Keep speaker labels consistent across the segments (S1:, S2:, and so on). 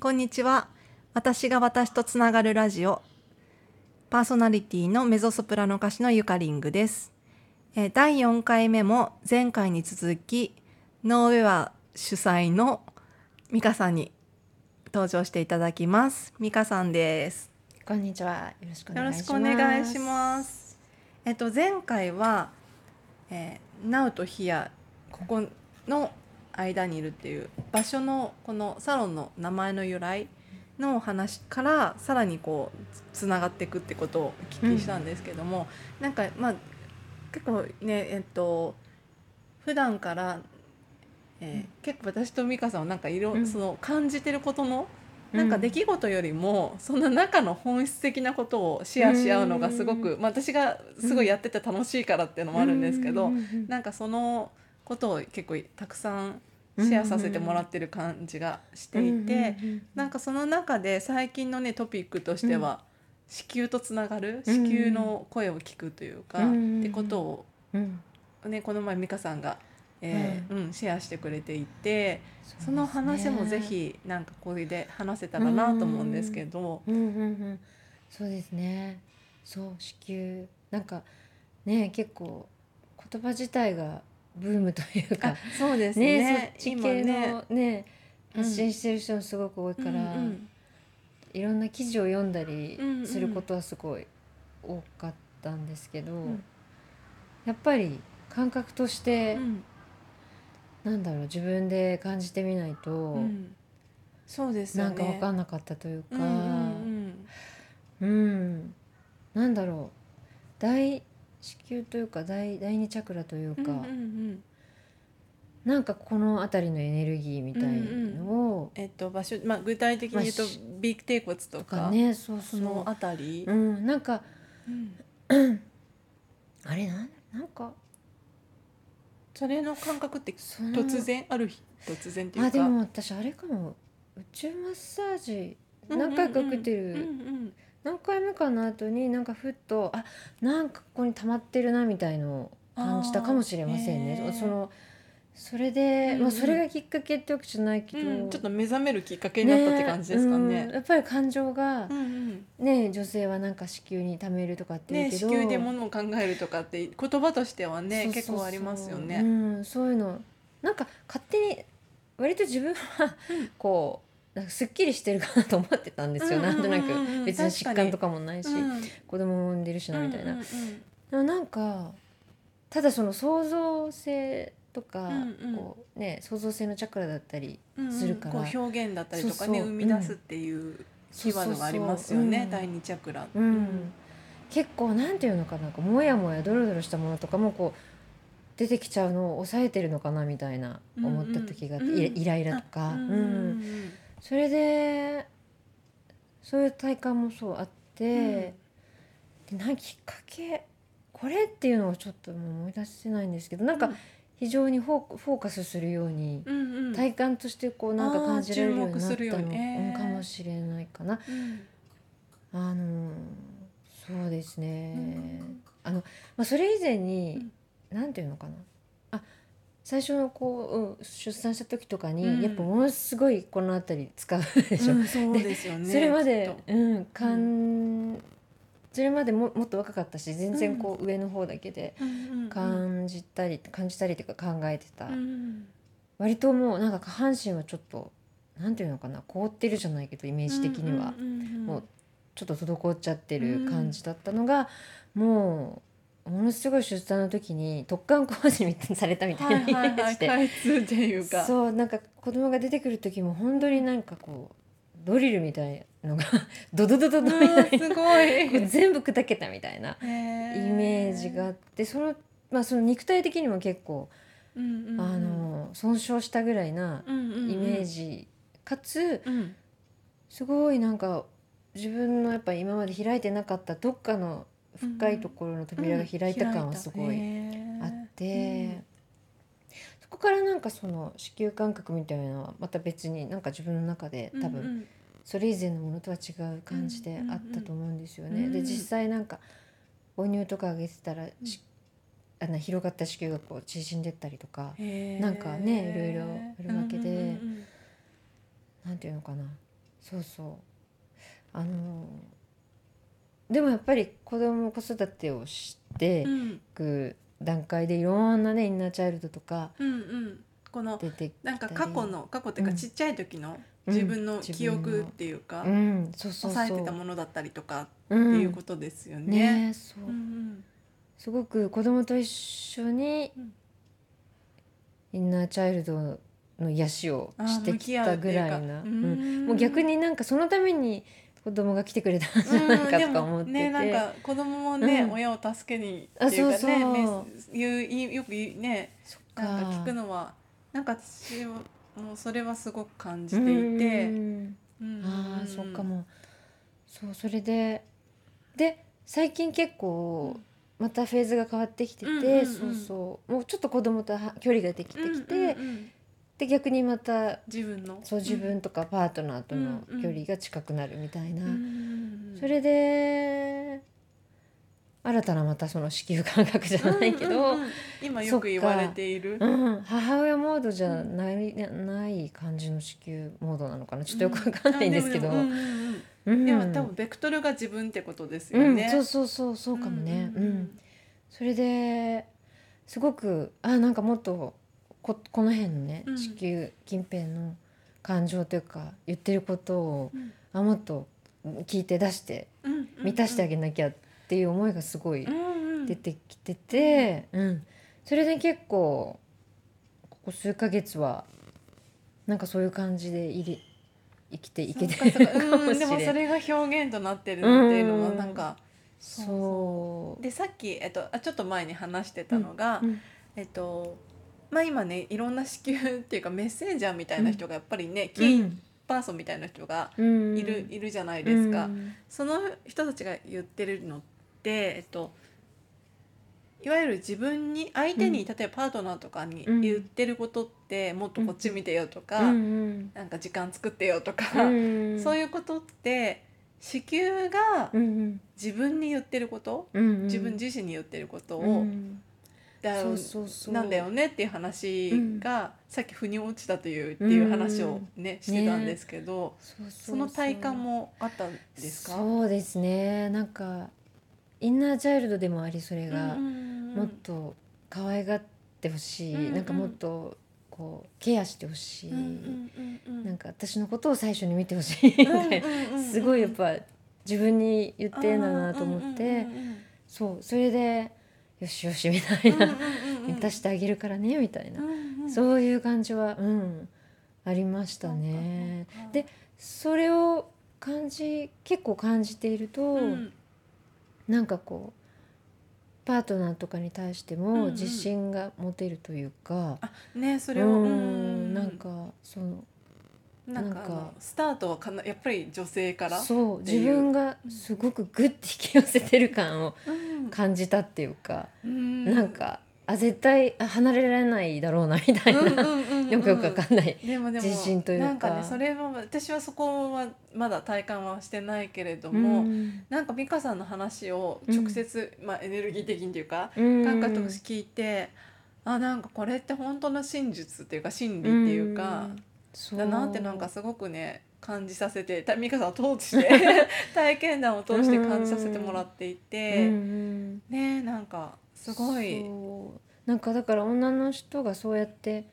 S1: こんにちは。私が私とつながるラジオ。パーソナリティのメゾソプラノ歌手のゆかりんぐです。えー第4回目も前回に続き、ノーウェア主催のミカさんに登場していただきます。ミカさんです。
S2: こんにちは。よろしくお
S1: よ
S2: 願
S1: ろ
S2: いし
S1: し
S2: ます。
S1: くお願いします。えっと前回は、えー、Now と Here ここの間にいるっていう場所のこのサロンの名前の由来のお話からさらにこうつつながっていくってことをお聞きしたんですけども、なんかまあ結構ねえっと普段から、えー結構私と美香さんはなんかいろ、
S2: うん
S1: その感じてることの
S2: う。
S1: なんか出来事よりもその中の本質的なことをシェアし合うのがすごく、まあ、私がすごいやってて楽しいからっていうのもあるんですけど、
S2: ううん
S1: なんかそのことを結構たくさんシェアさせてもらってる感じがしていて、、
S2: うんうん
S1: なんかその中で最近のねトピックとしては、子宮とつながる
S2: うん
S1: 子宮の声を聞くというか、
S2: うん
S1: ってことを
S2: うん
S1: ねこの前美香さんが、えーうんシェアしてくれていて。その話もぜ。ひなんかこれで話せたらなと思うんですけど、
S2: そうですねうんうんうん。そうですね。そう子宮なんかね結構言葉自体がブームという
S1: あ
S2: か
S1: そうですね
S2: ねそっち
S1: 今
S2: 系
S1: ね
S2: のね
S1: うん
S2: 発信してる人もすごく多いから、
S1: うんうん
S2: いろんな記事を読んだり
S1: うんうん
S2: することはすごい多かったんですけど、
S1: ん
S2: やっぱり感覚として、
S1: うん
S2: なんだろう自分で感じてみないと、
S1: うんそうですよ
S2: な
S1: ね
S2: んか分かんなかったというか、
S1: うんうん
S2: うんなんだろう大子宮というか第第二チャクラという
S1: う
S2: か、
S1: んうんうんうん
S2: なんかこの辺りのエネルギーみたいのを、
S1: えっと場所まあ具体的に言うと
S2: まあし
S1: ビークテイ骨と
S2: とか
S1: か
S2: ねそうそ
S1: そうのあたり
S2: うん、なんか
S1: うん
S2: あれなんなんか
S1: それの感覚って
S2: その
S1: 突然ある日突然ってい
S2: あ
S1: う
S2: で
S1: か
S2: も私あれかも宇宙マッサージ
S1: うんうんうん
S2: 何回か受けてる、
S1: うんうん
S2: 何回目かの後になんかふっとあなんかここに溜まってるなみたいのを感じたかもしれませ
S1: あ
S2: ん
S1: ーへ
S2: ね
S1: ー
S2: そのそれで、
S1: うんうん
S2: まあ、それがきっかけってわけじゃないけど、
S1: うんちょっと目覚めるきっかけになったって感じですか
S2: うん
S1: ね
S2: やっぱり感情が
S1: う、んうん
S2: ね女性はなんか子宮に溜めるとかって言
S1: ね
S2: うけ
S1: 子
S2: ど、
S1: 宮で物を考えるとかって言葉としてはね
S2: そうそうそう
S1: 結構ありますよ
S2: う
S1: ね。
S2: ん、そういうのなんか勝手に割と自分はこうなんかすっきりしてるかなと思ってたんですよ、なんとなく。別に疾患と
S1: か
S2: かもないし、
S1: うん
S2: 子供も産んでるしなみたいな、
S1: うんうん
S2: でもなんかただその創造性とか、
S1: うんうん
S2: こうね、創造性のチャクラだったり
S1: うんうん
S2: するから
S1: こう表現だったりとかね
S2: そう
S1: 生
S2: そう
S1: み出すっていうキーワードがありますよね
S2: そうそうそう
S1: 第二チャクラ。
S2: うん結構なんていうのかなこうもやもやドロドロしたものとかもこう出てきちゃうのを抑えてるのかなみたいな思った時があって、
S1: うんうん
S2: イライラとか、
S1: うん
S2: う
S1: うん
S2: んそれでそういう体感もそうあって、でなんかきっかけこれっていうのをちょっともう思い出せないんですけどなんか非常にフォーフォーカスするように
S1: うんうん
S2: 体感としてこうなんか感じられるようにな
S1: あー注
S2: っ
S1: 目するよ
S2: た
S1: う
S2: の
S1: にえー
S2: うんかもしれないかな。
S1: うん
S2: あのーそうですね
S1: うん
S2: あの、まあ、それ以前になんていうのかなあ最初のこう、うん、出産した時とかに、
S1: うん
S2: やっぱものすごいこの辺り使うでしょ。
S1: うんそうですよね。
S2: それま
S1: きっ
S2: で
S1: と、
S2: うん、かんそれまでももっと若かったし全然こう上の方だけで
S1: うんうんうん
S2: 感じたり、感じたりというか考えてた、
S1: うん
S2: 割ともうなんか下半身はちょっとなんていうのかな凍ってるじゃないけどイメージ的には、
S1: うんうんうん
S2: もうちょっと滞っちゃってる感じだったのが、もうものすごい出産の時に突貫工事みたいにされたみた
S1: はい
S2: いに
S1: はいはい
S2: して、
S1: 開通っていうか。
S2: そうなんか子供が出てくる時も本当になんかこうドリルみたいのがドドドドド
S1: う
S2: み
S1: ん
S2: たいな
S1: すごい。
S2: こう全部砕けたみたいな
S1: イ
S2: イメージがあってその,、まあ、その肉体的にも結構、
S1: うんうんうん
S2: あの損傷したぐらいな
S1: うんうんうん
S2: イメージ、かつ
S1: うん
S2: すごいなんか自分のやっぱ今まで開いてなかったどっかの深いところの扉が開いた感はすごいあって、そこからなんかその子宮感覚みたいなのはまた別になんか自分の中で多分それ以前のものとは違う感じであったと思うんですよね。
S1: うんうんう
S2: で
S1: ん
S2: 実際なんか母乳とかあげてたら、
S1: ん
S2: しあの広がった子宮がこう縮んでったりとか、
S1: な
S2: なんかねいろいろあるわけで
S1: うん
S2: なんていうのかなそうそうあのでもやっぱり子供子育てをして
S1: う
S2: い
S1: ん
S2: く段階でいろんなねインナーチャイルドとか
S1: うんうんこの
S2: 出てき
S1: な
S2: た
S1: ん
S2: り
S1: か過去の過去っていう
S2: う
S1: か
S2: ん
S1: ちっちゃい時の
S2: うん
S1: 自分の
S2: 自分
S1: 記憶っ
S2: の
S1: ていうか、
S2: うんそうそうそう
S1: 抑えてたものだったりとか
S2: うん
S1: っていうことですよね。
S2: ねそう
S1: うんうん
S2: すごく子供と一緒に
S1: うん
S2: インナーチャイルドの癒しを
S1: あー
S2: して
S1: 向
S2: き
S1: き合う
S2: た
S1: って
S2: ぐ
S1: い
S2: ら
S1: うか
S2: いな、
S1: う
S2: う
S1: ー
S2: ん
S1: ん
S2: もう逆になんかそのために子供が来てくれたんじゃないかとか思っ
S1: うん
S2: てて、
S1: でもねなんか子供もね、
S2: うん
S1: 親を助けに
S2: あ
S1: っていうかね
S2: そう
S1: ね
S2: そう
S1: 言ういよく言うね
S2: そっか
S1: なんか聞くのはなんか私もそれはすごく感じていて、
S2: うん
S1: うん
S2: ああそっかもそうそれでで最近結構またフェーズが変わってきてて、
S1: うんうんうん
S2: そうそうもうちょっと子供とは距離ができてきて、
S1: うんうんうん
S2: で逆にまた
S1: 自分の
S2: そう自分とかパートナーとの
S1: うんうん
S2: 距離が近くなるみたいな、
S1: うんうんうん
S2: それで新たなまたその子宮感覚じゃないけど、
S1: うんうんうん今よく言われている
S2: うん母親モードじゃない,、ない感じの子宮モードなのかなちょっとよくわかんないんですけど、
S1: う
S2: うん
S1: うんうんうんでも
S2: ん
S1: 多分ベクトルが自分ってことですよ
S2: うん、
S1: ね。
S2: そうそうそうそうかもね、うん
S1: んん
S2: それですごくあなんかもっとここの辺のね、
S1: うん
S2: 子宮近辺の感情というか言ってることを
S1: うん
S2: あもっと聞いて出して
S1: うんうんうん
S2: 満たしてあげなきゃっていう思いがすごい
S1: うんうん
S2: 出てきてて、うんそれで結構ここ数ヶ月はなんかそういう感じでいり生きていけて
S1: そう
S2: る
S1: かそうか
S2: かもし
S1: うんでも
S2: れ
S1: そ
S2: ない。
S1: れが表現となってるっていうのも
S2: うん
S1: なんか、そう
S2: そう
S1: でさっき、えっと、あちょっと前に話してたのが、
S2: うん
S1: えっとまあ、今ねいろんな子宮っていうかメッセンジャーみたいな人がやっぱりね、キーパーソンみたいな人が
S2: うん
S1: いる,、いるじゃないですか、
S2: うん
S1: その人たちが言ってるのって、えっと、いわゆる自分に相手に、
S2: うん
S1: 例えばパートナーとかに
S2: うん
S1: 言ってることって、もっとこっち見てよとか、
S2: うん
S1: なんか時間作ってよとか、
S2: うん、
S1: そう
S2: う
S1: いうことって子宮が
S2: ん
S1: 自分に言ってること、
S2: うんうん、
S1: 自分自身に言ってることを、
S2: うん
S1: だろう
S2: そうそうそう
S1: なんだよねっていう話が、さっき腑に落ちたというっていう話をね、してたんですけど、
S2: そうそうそ
S1: そ
S2: う
S1: の体感もあったんですか
S2: そうですねなんかインナーチャイルドでもありそれが、
S1: うんうんうん
S2: もっと可愛がってほしい、
S1: うんうん
S2: なんかもっとこうケアしてほしい、
S1: うんうんうんうん
S2: なんか私のことを最初に見てほしいみたいな、
S1: うんうんうんうん
S2: すごいやっぱ自分に言ってんだなと思って、
S1: うんうん
S2: そうそれでよしよしみたいな、
S1: うんうんうん
S2: 満たしてあげるからねみたいな、
S1: うんうん
S2: そういう感じはうんありましたね。
S1: なんか
S2: でそれを感じ結構感じていると、
S1: うん
S2: なんかこうパートナーとかに対して
S1: うんう
S2: も
S1: ん
S2: 自信が持てるというか、
S1: ねそれを
S2: う
S1: うん
S2: んなんかその
S1: なんかあ
S2: なんか
S1: のスタートはかなやっぱり女性から
S2: そう
S1: っていう
S2: 自分がすごくグッて引き寄せてる感を
S1: うん
S2: 感じたっていうか、
S1: うん
S2: なんかあ絶対あ離れられないだろうなみたいな、よくよくわかんない。
S1: でもでも
S2: 自信というか
S1: なんかねそれは私はそこはまだ体感はしてないけれども、
S2: うん
S1: なんか美香さんの話を直接、まあ、エネルギー的にというか感覚として聞いて、あなんかこれって本当の真実っていうか真理っていうか、
S2: うん
S1: だなってなんかすごくね感じさせてた美香さんを通して 体験談を通して感じさせてもらってい
S2: そううんう
S1: て、
S2: ん
S1: ねなんかすごい。
S2: そうなんかだから女の人がそうやって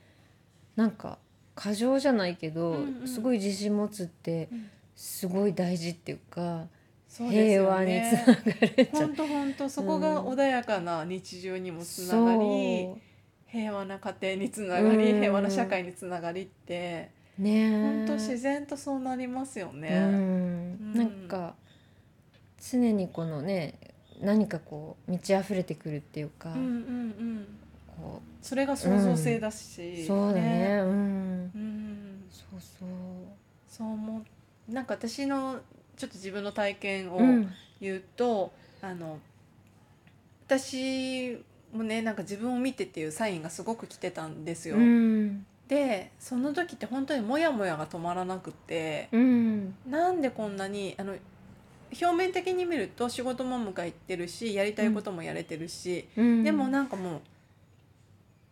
S2: なんか過剰じゃないけど、
S1: うんうん
S2: すごい自信持つって
S1: うん
S2: すごい大事っていうか、
S1: そうです
S2: 平
S1: よ
S2: 和に
S1: ね
S2: つながるじゃ
S1: 本当本当そこが穏やかな日常にもつながり、
S2: そ
S1: 平和な家庭につながり、
S2: うん
S1: 平和な社会につながりって
S2: うねえ
S1: 本当自然とそうなりますよね。
S2: う
S1: ん
S2: んなんか常にこのね何かこう満ち溢れてくるっていうか、
S1: うんうんうん、
S2: こ
S1: それが創造性だし、
S2: うそうだねうん
S1: うん、
S2: そうそう
S1: そう思うなんか私のちょっと自分の体験を
S2: うん
S1: 言うと、あの私もねなんか自分を見てっていうサインがすごく来てたんですよ。
S2: うん
S1: でその時って本当にモヤモヤが止まらなくって、
S2: うん
S1: なんでこんなにあの表面的に見ると仕事も向かいってるしやりたいこともやれてるし、
S2: うん
S1: でもなんかもう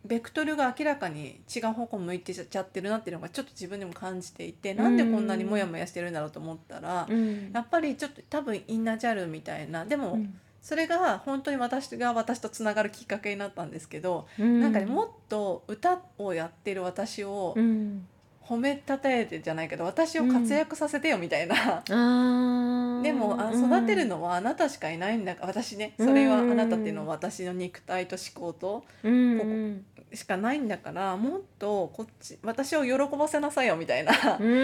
S1: ベクトルが明らかに違う方向向いてちゃってるなっていうのがちょっと自分でも感じていてなんでこんなにモヤモヤしてるんだろうと思ったら、
S2: うん
S1: やっぱりちょっと多分インナーチャイルドみたいなでもそれが本当に私が私とつながるきっかけになったんですけど、なんかねもっと歌をやってる私を
S2: うん
S1: 褒めたたえてじゃないけど私を活躍させてよみたいな、
S2: あー
S1: でもあ
S2: うん
S1: 育てるのはあなたしかいないんだから私ねそれはあなたっていうのは私の肉体と思考と
S2: うん
S1: ここしかないんだからもっとこっち私を喜ばせなさいよみたいな、
S2: う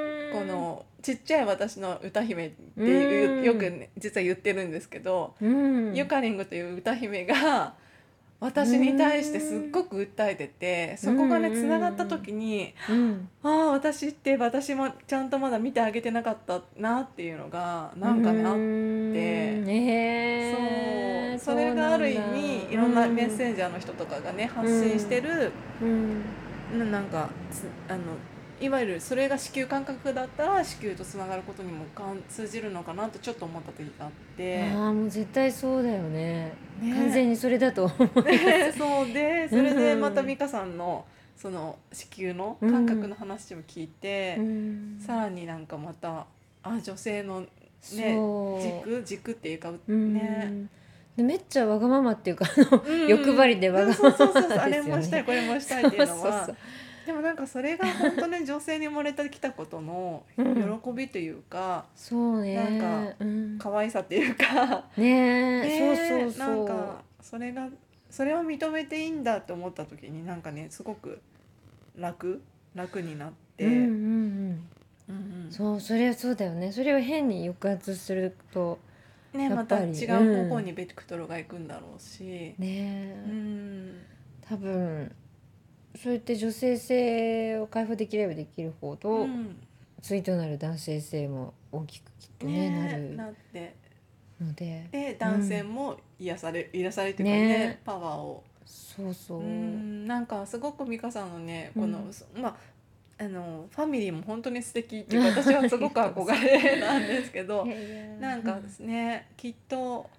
S2: ん
S1: このちっちゃい私の歌姫っていう
S2: うん
S1: よく、ね、実は言ってるんですけど、
S2: うん
S1: ゆかりんごという歌姫が私に対してすっごく訴えててそこがね
S2: うん
S1: つながった時に
S2: うん
S1: ああ私って私もちゃんとまだ見てあげてなかったなっていうのがなんかねあ
S2: う
S1: っ
S2: んへ
S1: て
S2: ー
S1: そうそれがある意味いろんなメッセ
S2: ジ、
S1: ージャーの人とかがね発信してる
S2: うん
S1: ななんかつあのいわゆるそれが子宮感覚だったら子宮とつながることにもかん通じるのかなってちょっと思った時があって。
S2: ああもう絶対そうだよね
S1: ね
S2: 完全にそれだと思う
S1: そうでそれでまた美香さんのその子宮の感覚の話も聞いて、
S2: うん
S1: さらになんかまたあ女性の
S2: そう
S1: 軸軸っていうかね、
S2: うんでめっちゃわがままっていうかあの
S1: うん
S2: 欲張りでわがまま
S1: そうそうそうそうあ
S2: で
S1: れ
S2: すよ
S1: もしたい
S2: ね
S1: これもしたいっていうのは
S2: そうそう
S1: でもなんかそれが本当に女性に生まれてきたことの
S2: うん
S1: 喜びというか、
S2: そうね
S1: なんか
S2: うん
S1: 可愛さっていう か、
S2: ねえ
S1: ね
S2: そうそうそ
S1: な
S2: う
S1: んかそれがそれを認めていいんだと思った時になんかねすごく楽楽になって。
S2: うんうんうん
S1: うん
S2: そうそれはそうだよねそれを変に抑圧すると
S1: うん、ね
S2: や
S1: ま
S2: ったぱり
S1: 違う方向にベクトルが行くんだろうし、
S2: ね
S1: う
S2: え
S1: ん、
S2: 多分そうやって女性性を解放できればできるほど、
S1: うん
S2: ついとなる男性性も大きくきっとね
S1: ね
S2: なる
S1: なって
S2: ので
S1: で男性も癒され、癒されというかね
S2: ね
S1: パワーを
S2: そうそうう、
S1: んなんかすごく美香さんのねこの、
S2: うん
S1: そまああのファミリーも本当に素敵っていうか私はすごく憧れなんですけど
S2: いやいや
S1: なんかねきっと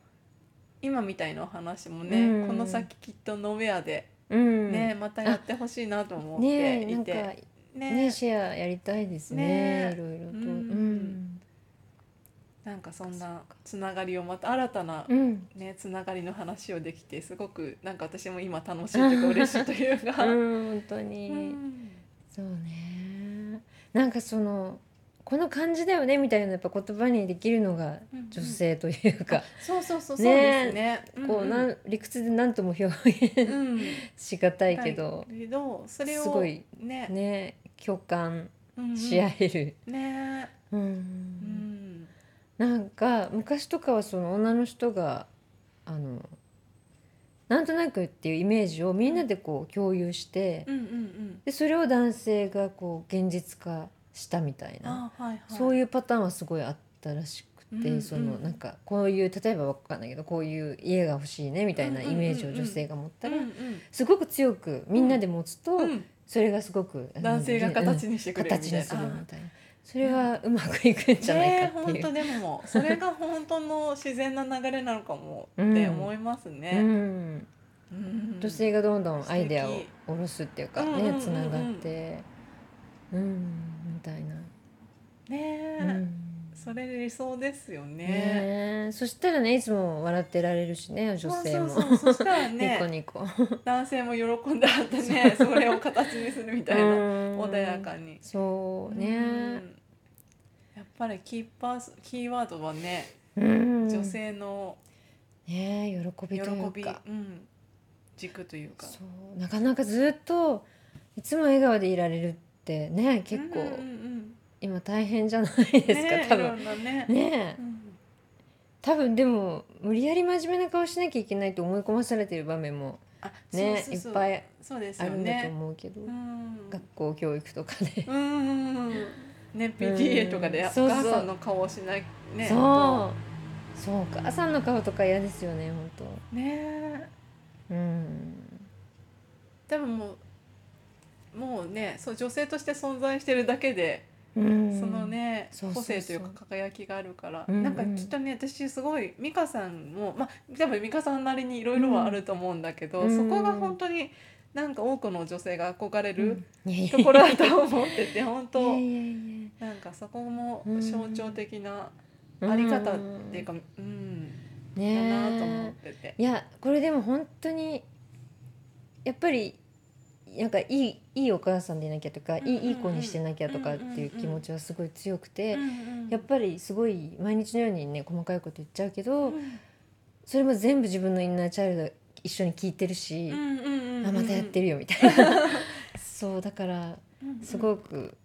S1: 今みたいなお話もね、
S2: うん
S1: この先きっとノウェアで、
S2: うん
S1: ねまたやってほしいなと思っ
S2: ね
S1: て
S2: え
S1: い
S2: なんか
S1: て。
S2: ね
S1: ね
S2: シェアやりたいです
S1: ね
S2: ね
S1: え
S2: いろいろと
S1: うんなんかそんなつながりをまた新たな、
S2: うん、うん
S1: ね、つながりの話をできてすごくなんか私も今楽しいというか嬉しいというか。
S2: うん本当
S1: う
S2: に、
S1: ん
S2: そうねなんかそのこの感じだよねみたいなやっぱ言葉にできるのが
S1: うん
S2: 女性というか、
S1: そうそうそうそう
S2: ね
S1: ですね。
S2: こうなん理屈で何とも表現
S1: うん
S2: しがたいけど、
S1: けどそれを
S2: すごい
S1: ね
S2: ね共感
S1: うんうん
S2: し合える、
S1: ね、
S2: うん
S1: うん、
S2: なんか昔とかはその女の人があのなんとなくっていうイメージをみんなでこう共有して、
S1: うんうんうん
S2: でそれを男性がこう現実化したみたいな。
S1: あはいはい
S2: そう
S1: う
S2: いうパターンはすごいあったらしくて、
S1: うんうん
S2: そのなんかこういう例えばわかんないけどこういう家が欲しいねみたい
S1: う
S2: な
S1: んうんうん
S2: イメージを女性が持ったら、
S1: んうん
S2: すごく強くみんなで持つと、
S1: うん、
S2: それがすごく
S1: 男性が形
S2: に
S1: にしてくれるみ
S2: 形
S1: たい
S2: に
S1: な。
S2: するみたいなそれはうまくいくんじゃないかってい
S1: ねえ本当
S2: う。
S1: でもそれが本当の自然な流れなのかもって思います
S2: う
S1: ね。
S2: ん、
S1: うん
S2: 女性がどんどんアイデア
S1: 素
S2: を
S1: 敵
S2: 下ろすっていうか
S1: うんうんうんう
S2: ね
S1: ん
S2: つながってうんみたいな、
S1: ねえ、
S2: うん
S1: それ理想ですよね。
S2: ねえそしたらねいつも笑ってられるしね女性も
S1: そうそうそうそした ら
S2: ニコ
S1: ね
S2: ニコ
S1: 男性も喜んであってねそれを形にするみたいな
S2: 穏
S1: 穏やかに。
S2: そう
S1: う
S2: ね
S1: んやっぱりキーパーソキーワードはね、
S2: 女
S1: 女性の
S2: ね喜
S1: 喜
S2: びという
S1: び、
S2: か
S1: うん、軸というか。
S2: そうなかなかずっといつも笑顔でいられるってね結構
S1: うんうんうん
S2: 今大変じゃないです
S1: ねえ
S2: か多
S1: いろ
S2: 分
S1: んなね。
S2: ね
S1: う
S2: え
S1: ん
S2: 多分でも無理やり真面目な顔しなきゃいけないと思い込まされてる場面も
S1: あ
S2: ね
S1: そうそうそう
S2: いっぱい
S1: そうです
S2: あ
S1: よ
S2: るんだと
S1: ね。
S2: 思うけど
S1: うん
S2: 学校教育とかで
S1: うんうんうんね PTA とかで
S2: うん
S1: お
S2: そうそう
S1: 母さんの顔をしないね
S2: そうそうお母さんの顔とか嫌ですよね本
S1: うね
S2: 当うん
S1: 多分もうもうねそう女性として存在してるだけで、
S2: うん
S1: そのね
S2: そうそ
S1: 個
S2: うそ
S1: 性
S2: う
S1: というか輝きがあるから、
S2: うんうん
S1: なんかきっとね私すごい美香さんもまあ多分美香さんなりにいろいろはあると思うんだけど、
S2: うん
S1: そこが本当になんか多くの女性が憧れる
S2: いやいや
S1: ところだと思って て本当
S2: いやいやいや
S1: なんかそこも
S2: うん
S1: 象徴的なあり方っていうかうんだ
S2: ね
S1: なと思ってて
S2: いやこれでも本当にやっぱりなんかいいいいお母さんでいなきゃとか、
S1: うんうんうん
S2: いいいい子にしてなきゃとかっていう気持ちはすごい強くて、やっぱりすごい毎日のようにね細かいこと言っちゃうけど、それも全部自分のインナーチャイルドが一緒に聞いてるし、あまたやって
S1: る
S2: るよみた いなそうだからすごく、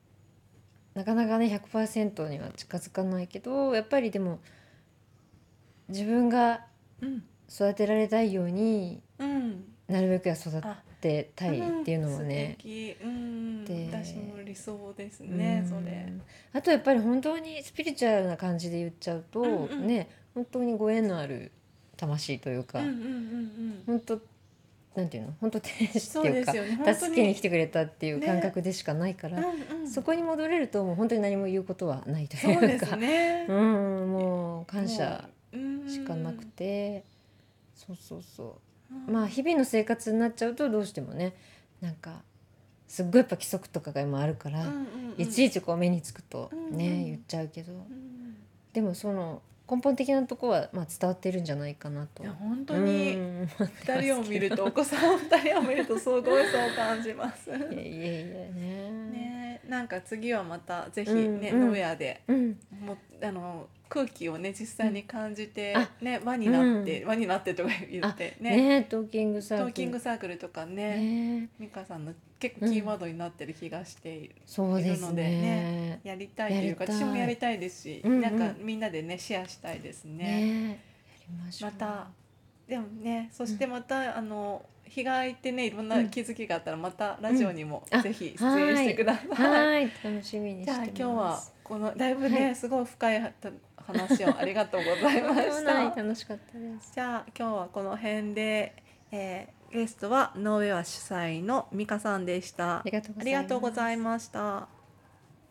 S2: なかなかね100%には近づかないけどやっぱりでも自分が
S1: うん
S2: 育てられたいように
S1: うん
S2: なるべくは育てたいっていうの
S1: う
S2: は
S1: ん素
S2: ね。
S1: 敵うん
S2: で
S1: 私も理想ですね
S2: うん
S1: それ
S2: あとやっぱり本当にスピリチュアルな感じで言っちゃうと、
S1: うんうん
S2: ね本当にご縁のある魂というか、
S1: うんうんうんうん
S2: 本当なんていうの本当天使
S1: そ
S2: って
S1: う
S2: い
S1: で
S2: うか
S1: すよね本当
S2: 助けに
S1: に
S2: 来てくれたっていう
S1: ね
S2: 感覚でしかないから、
S1: うんうん
S2: そこに戻れるともう本当に何も言うことはないとい
S1: そうで
S2: うか
S1: すね
S2: うんもう感謝
S1: もう
S2: しかなくて、そうそうそう
S1: うん
S2: まあ日々の生活になっちゃうとどうしてもねなんかすっごいやっぱ規則とかが今あるから、
S1: うんうんうん
S2: いちいちこう目につくとね、
S1: うんうん
S2: 言っちゃうけど
S1: うん
S2: でもその根本的なとこはまあ伝わってるんじゃないかなと
S1: いや。本当に
S2: うん
S1: 二人を見るとお子さん二人を見るとすごいそう感じます。
S2: いやいやいやね。
S1: ねなんか次はまたぜひ
S2: うん
S1: ね、
S2: うん
S1: ノウェアで
S2: うん
S1: もあの空気をね実際に感じて
S2: うんあ、
S1: ね輪になって、輪になってとか言って
S2: ね
S1: ね
S2: トーキングサー
S1: ト
S2: クル
S1: ーキングサークルとかね
S2: ね
S1: 美香さんの結構キーワードになってる気がしている。
S2: そうですね
S1: いるのでねやりたいというか
S2: やりたい
S1: 私もやりたいですし、
S2: うんうん
S1: なんかみんなでねシェアしたいです
S2: ね
S1: ね。
S2: やりましょう
S1: またでもねそしてまた、あの日が空いてねいろんな気づきがあったらまたラジオにも
S2: うんあ
S1: ぜひ出演してください。
S2: はい楽しみにして
S1: じゃあ
S2: ます
S1: 今日はこのだいぶね、
S2: はい
S1: すごい深いはた話をありがとうございま
S2: とん
S1: し
S2: でもない
S1: た。
S2: 楽しかったです
S1: じゃあ今日はこの辺で、えーゲストはノーウェア主催の美香さんでした
S2: あ。りがとうご
S1: あ
S2: ざ
S1: り
S2: いま
S1: が
S2: す
S1: とうございました。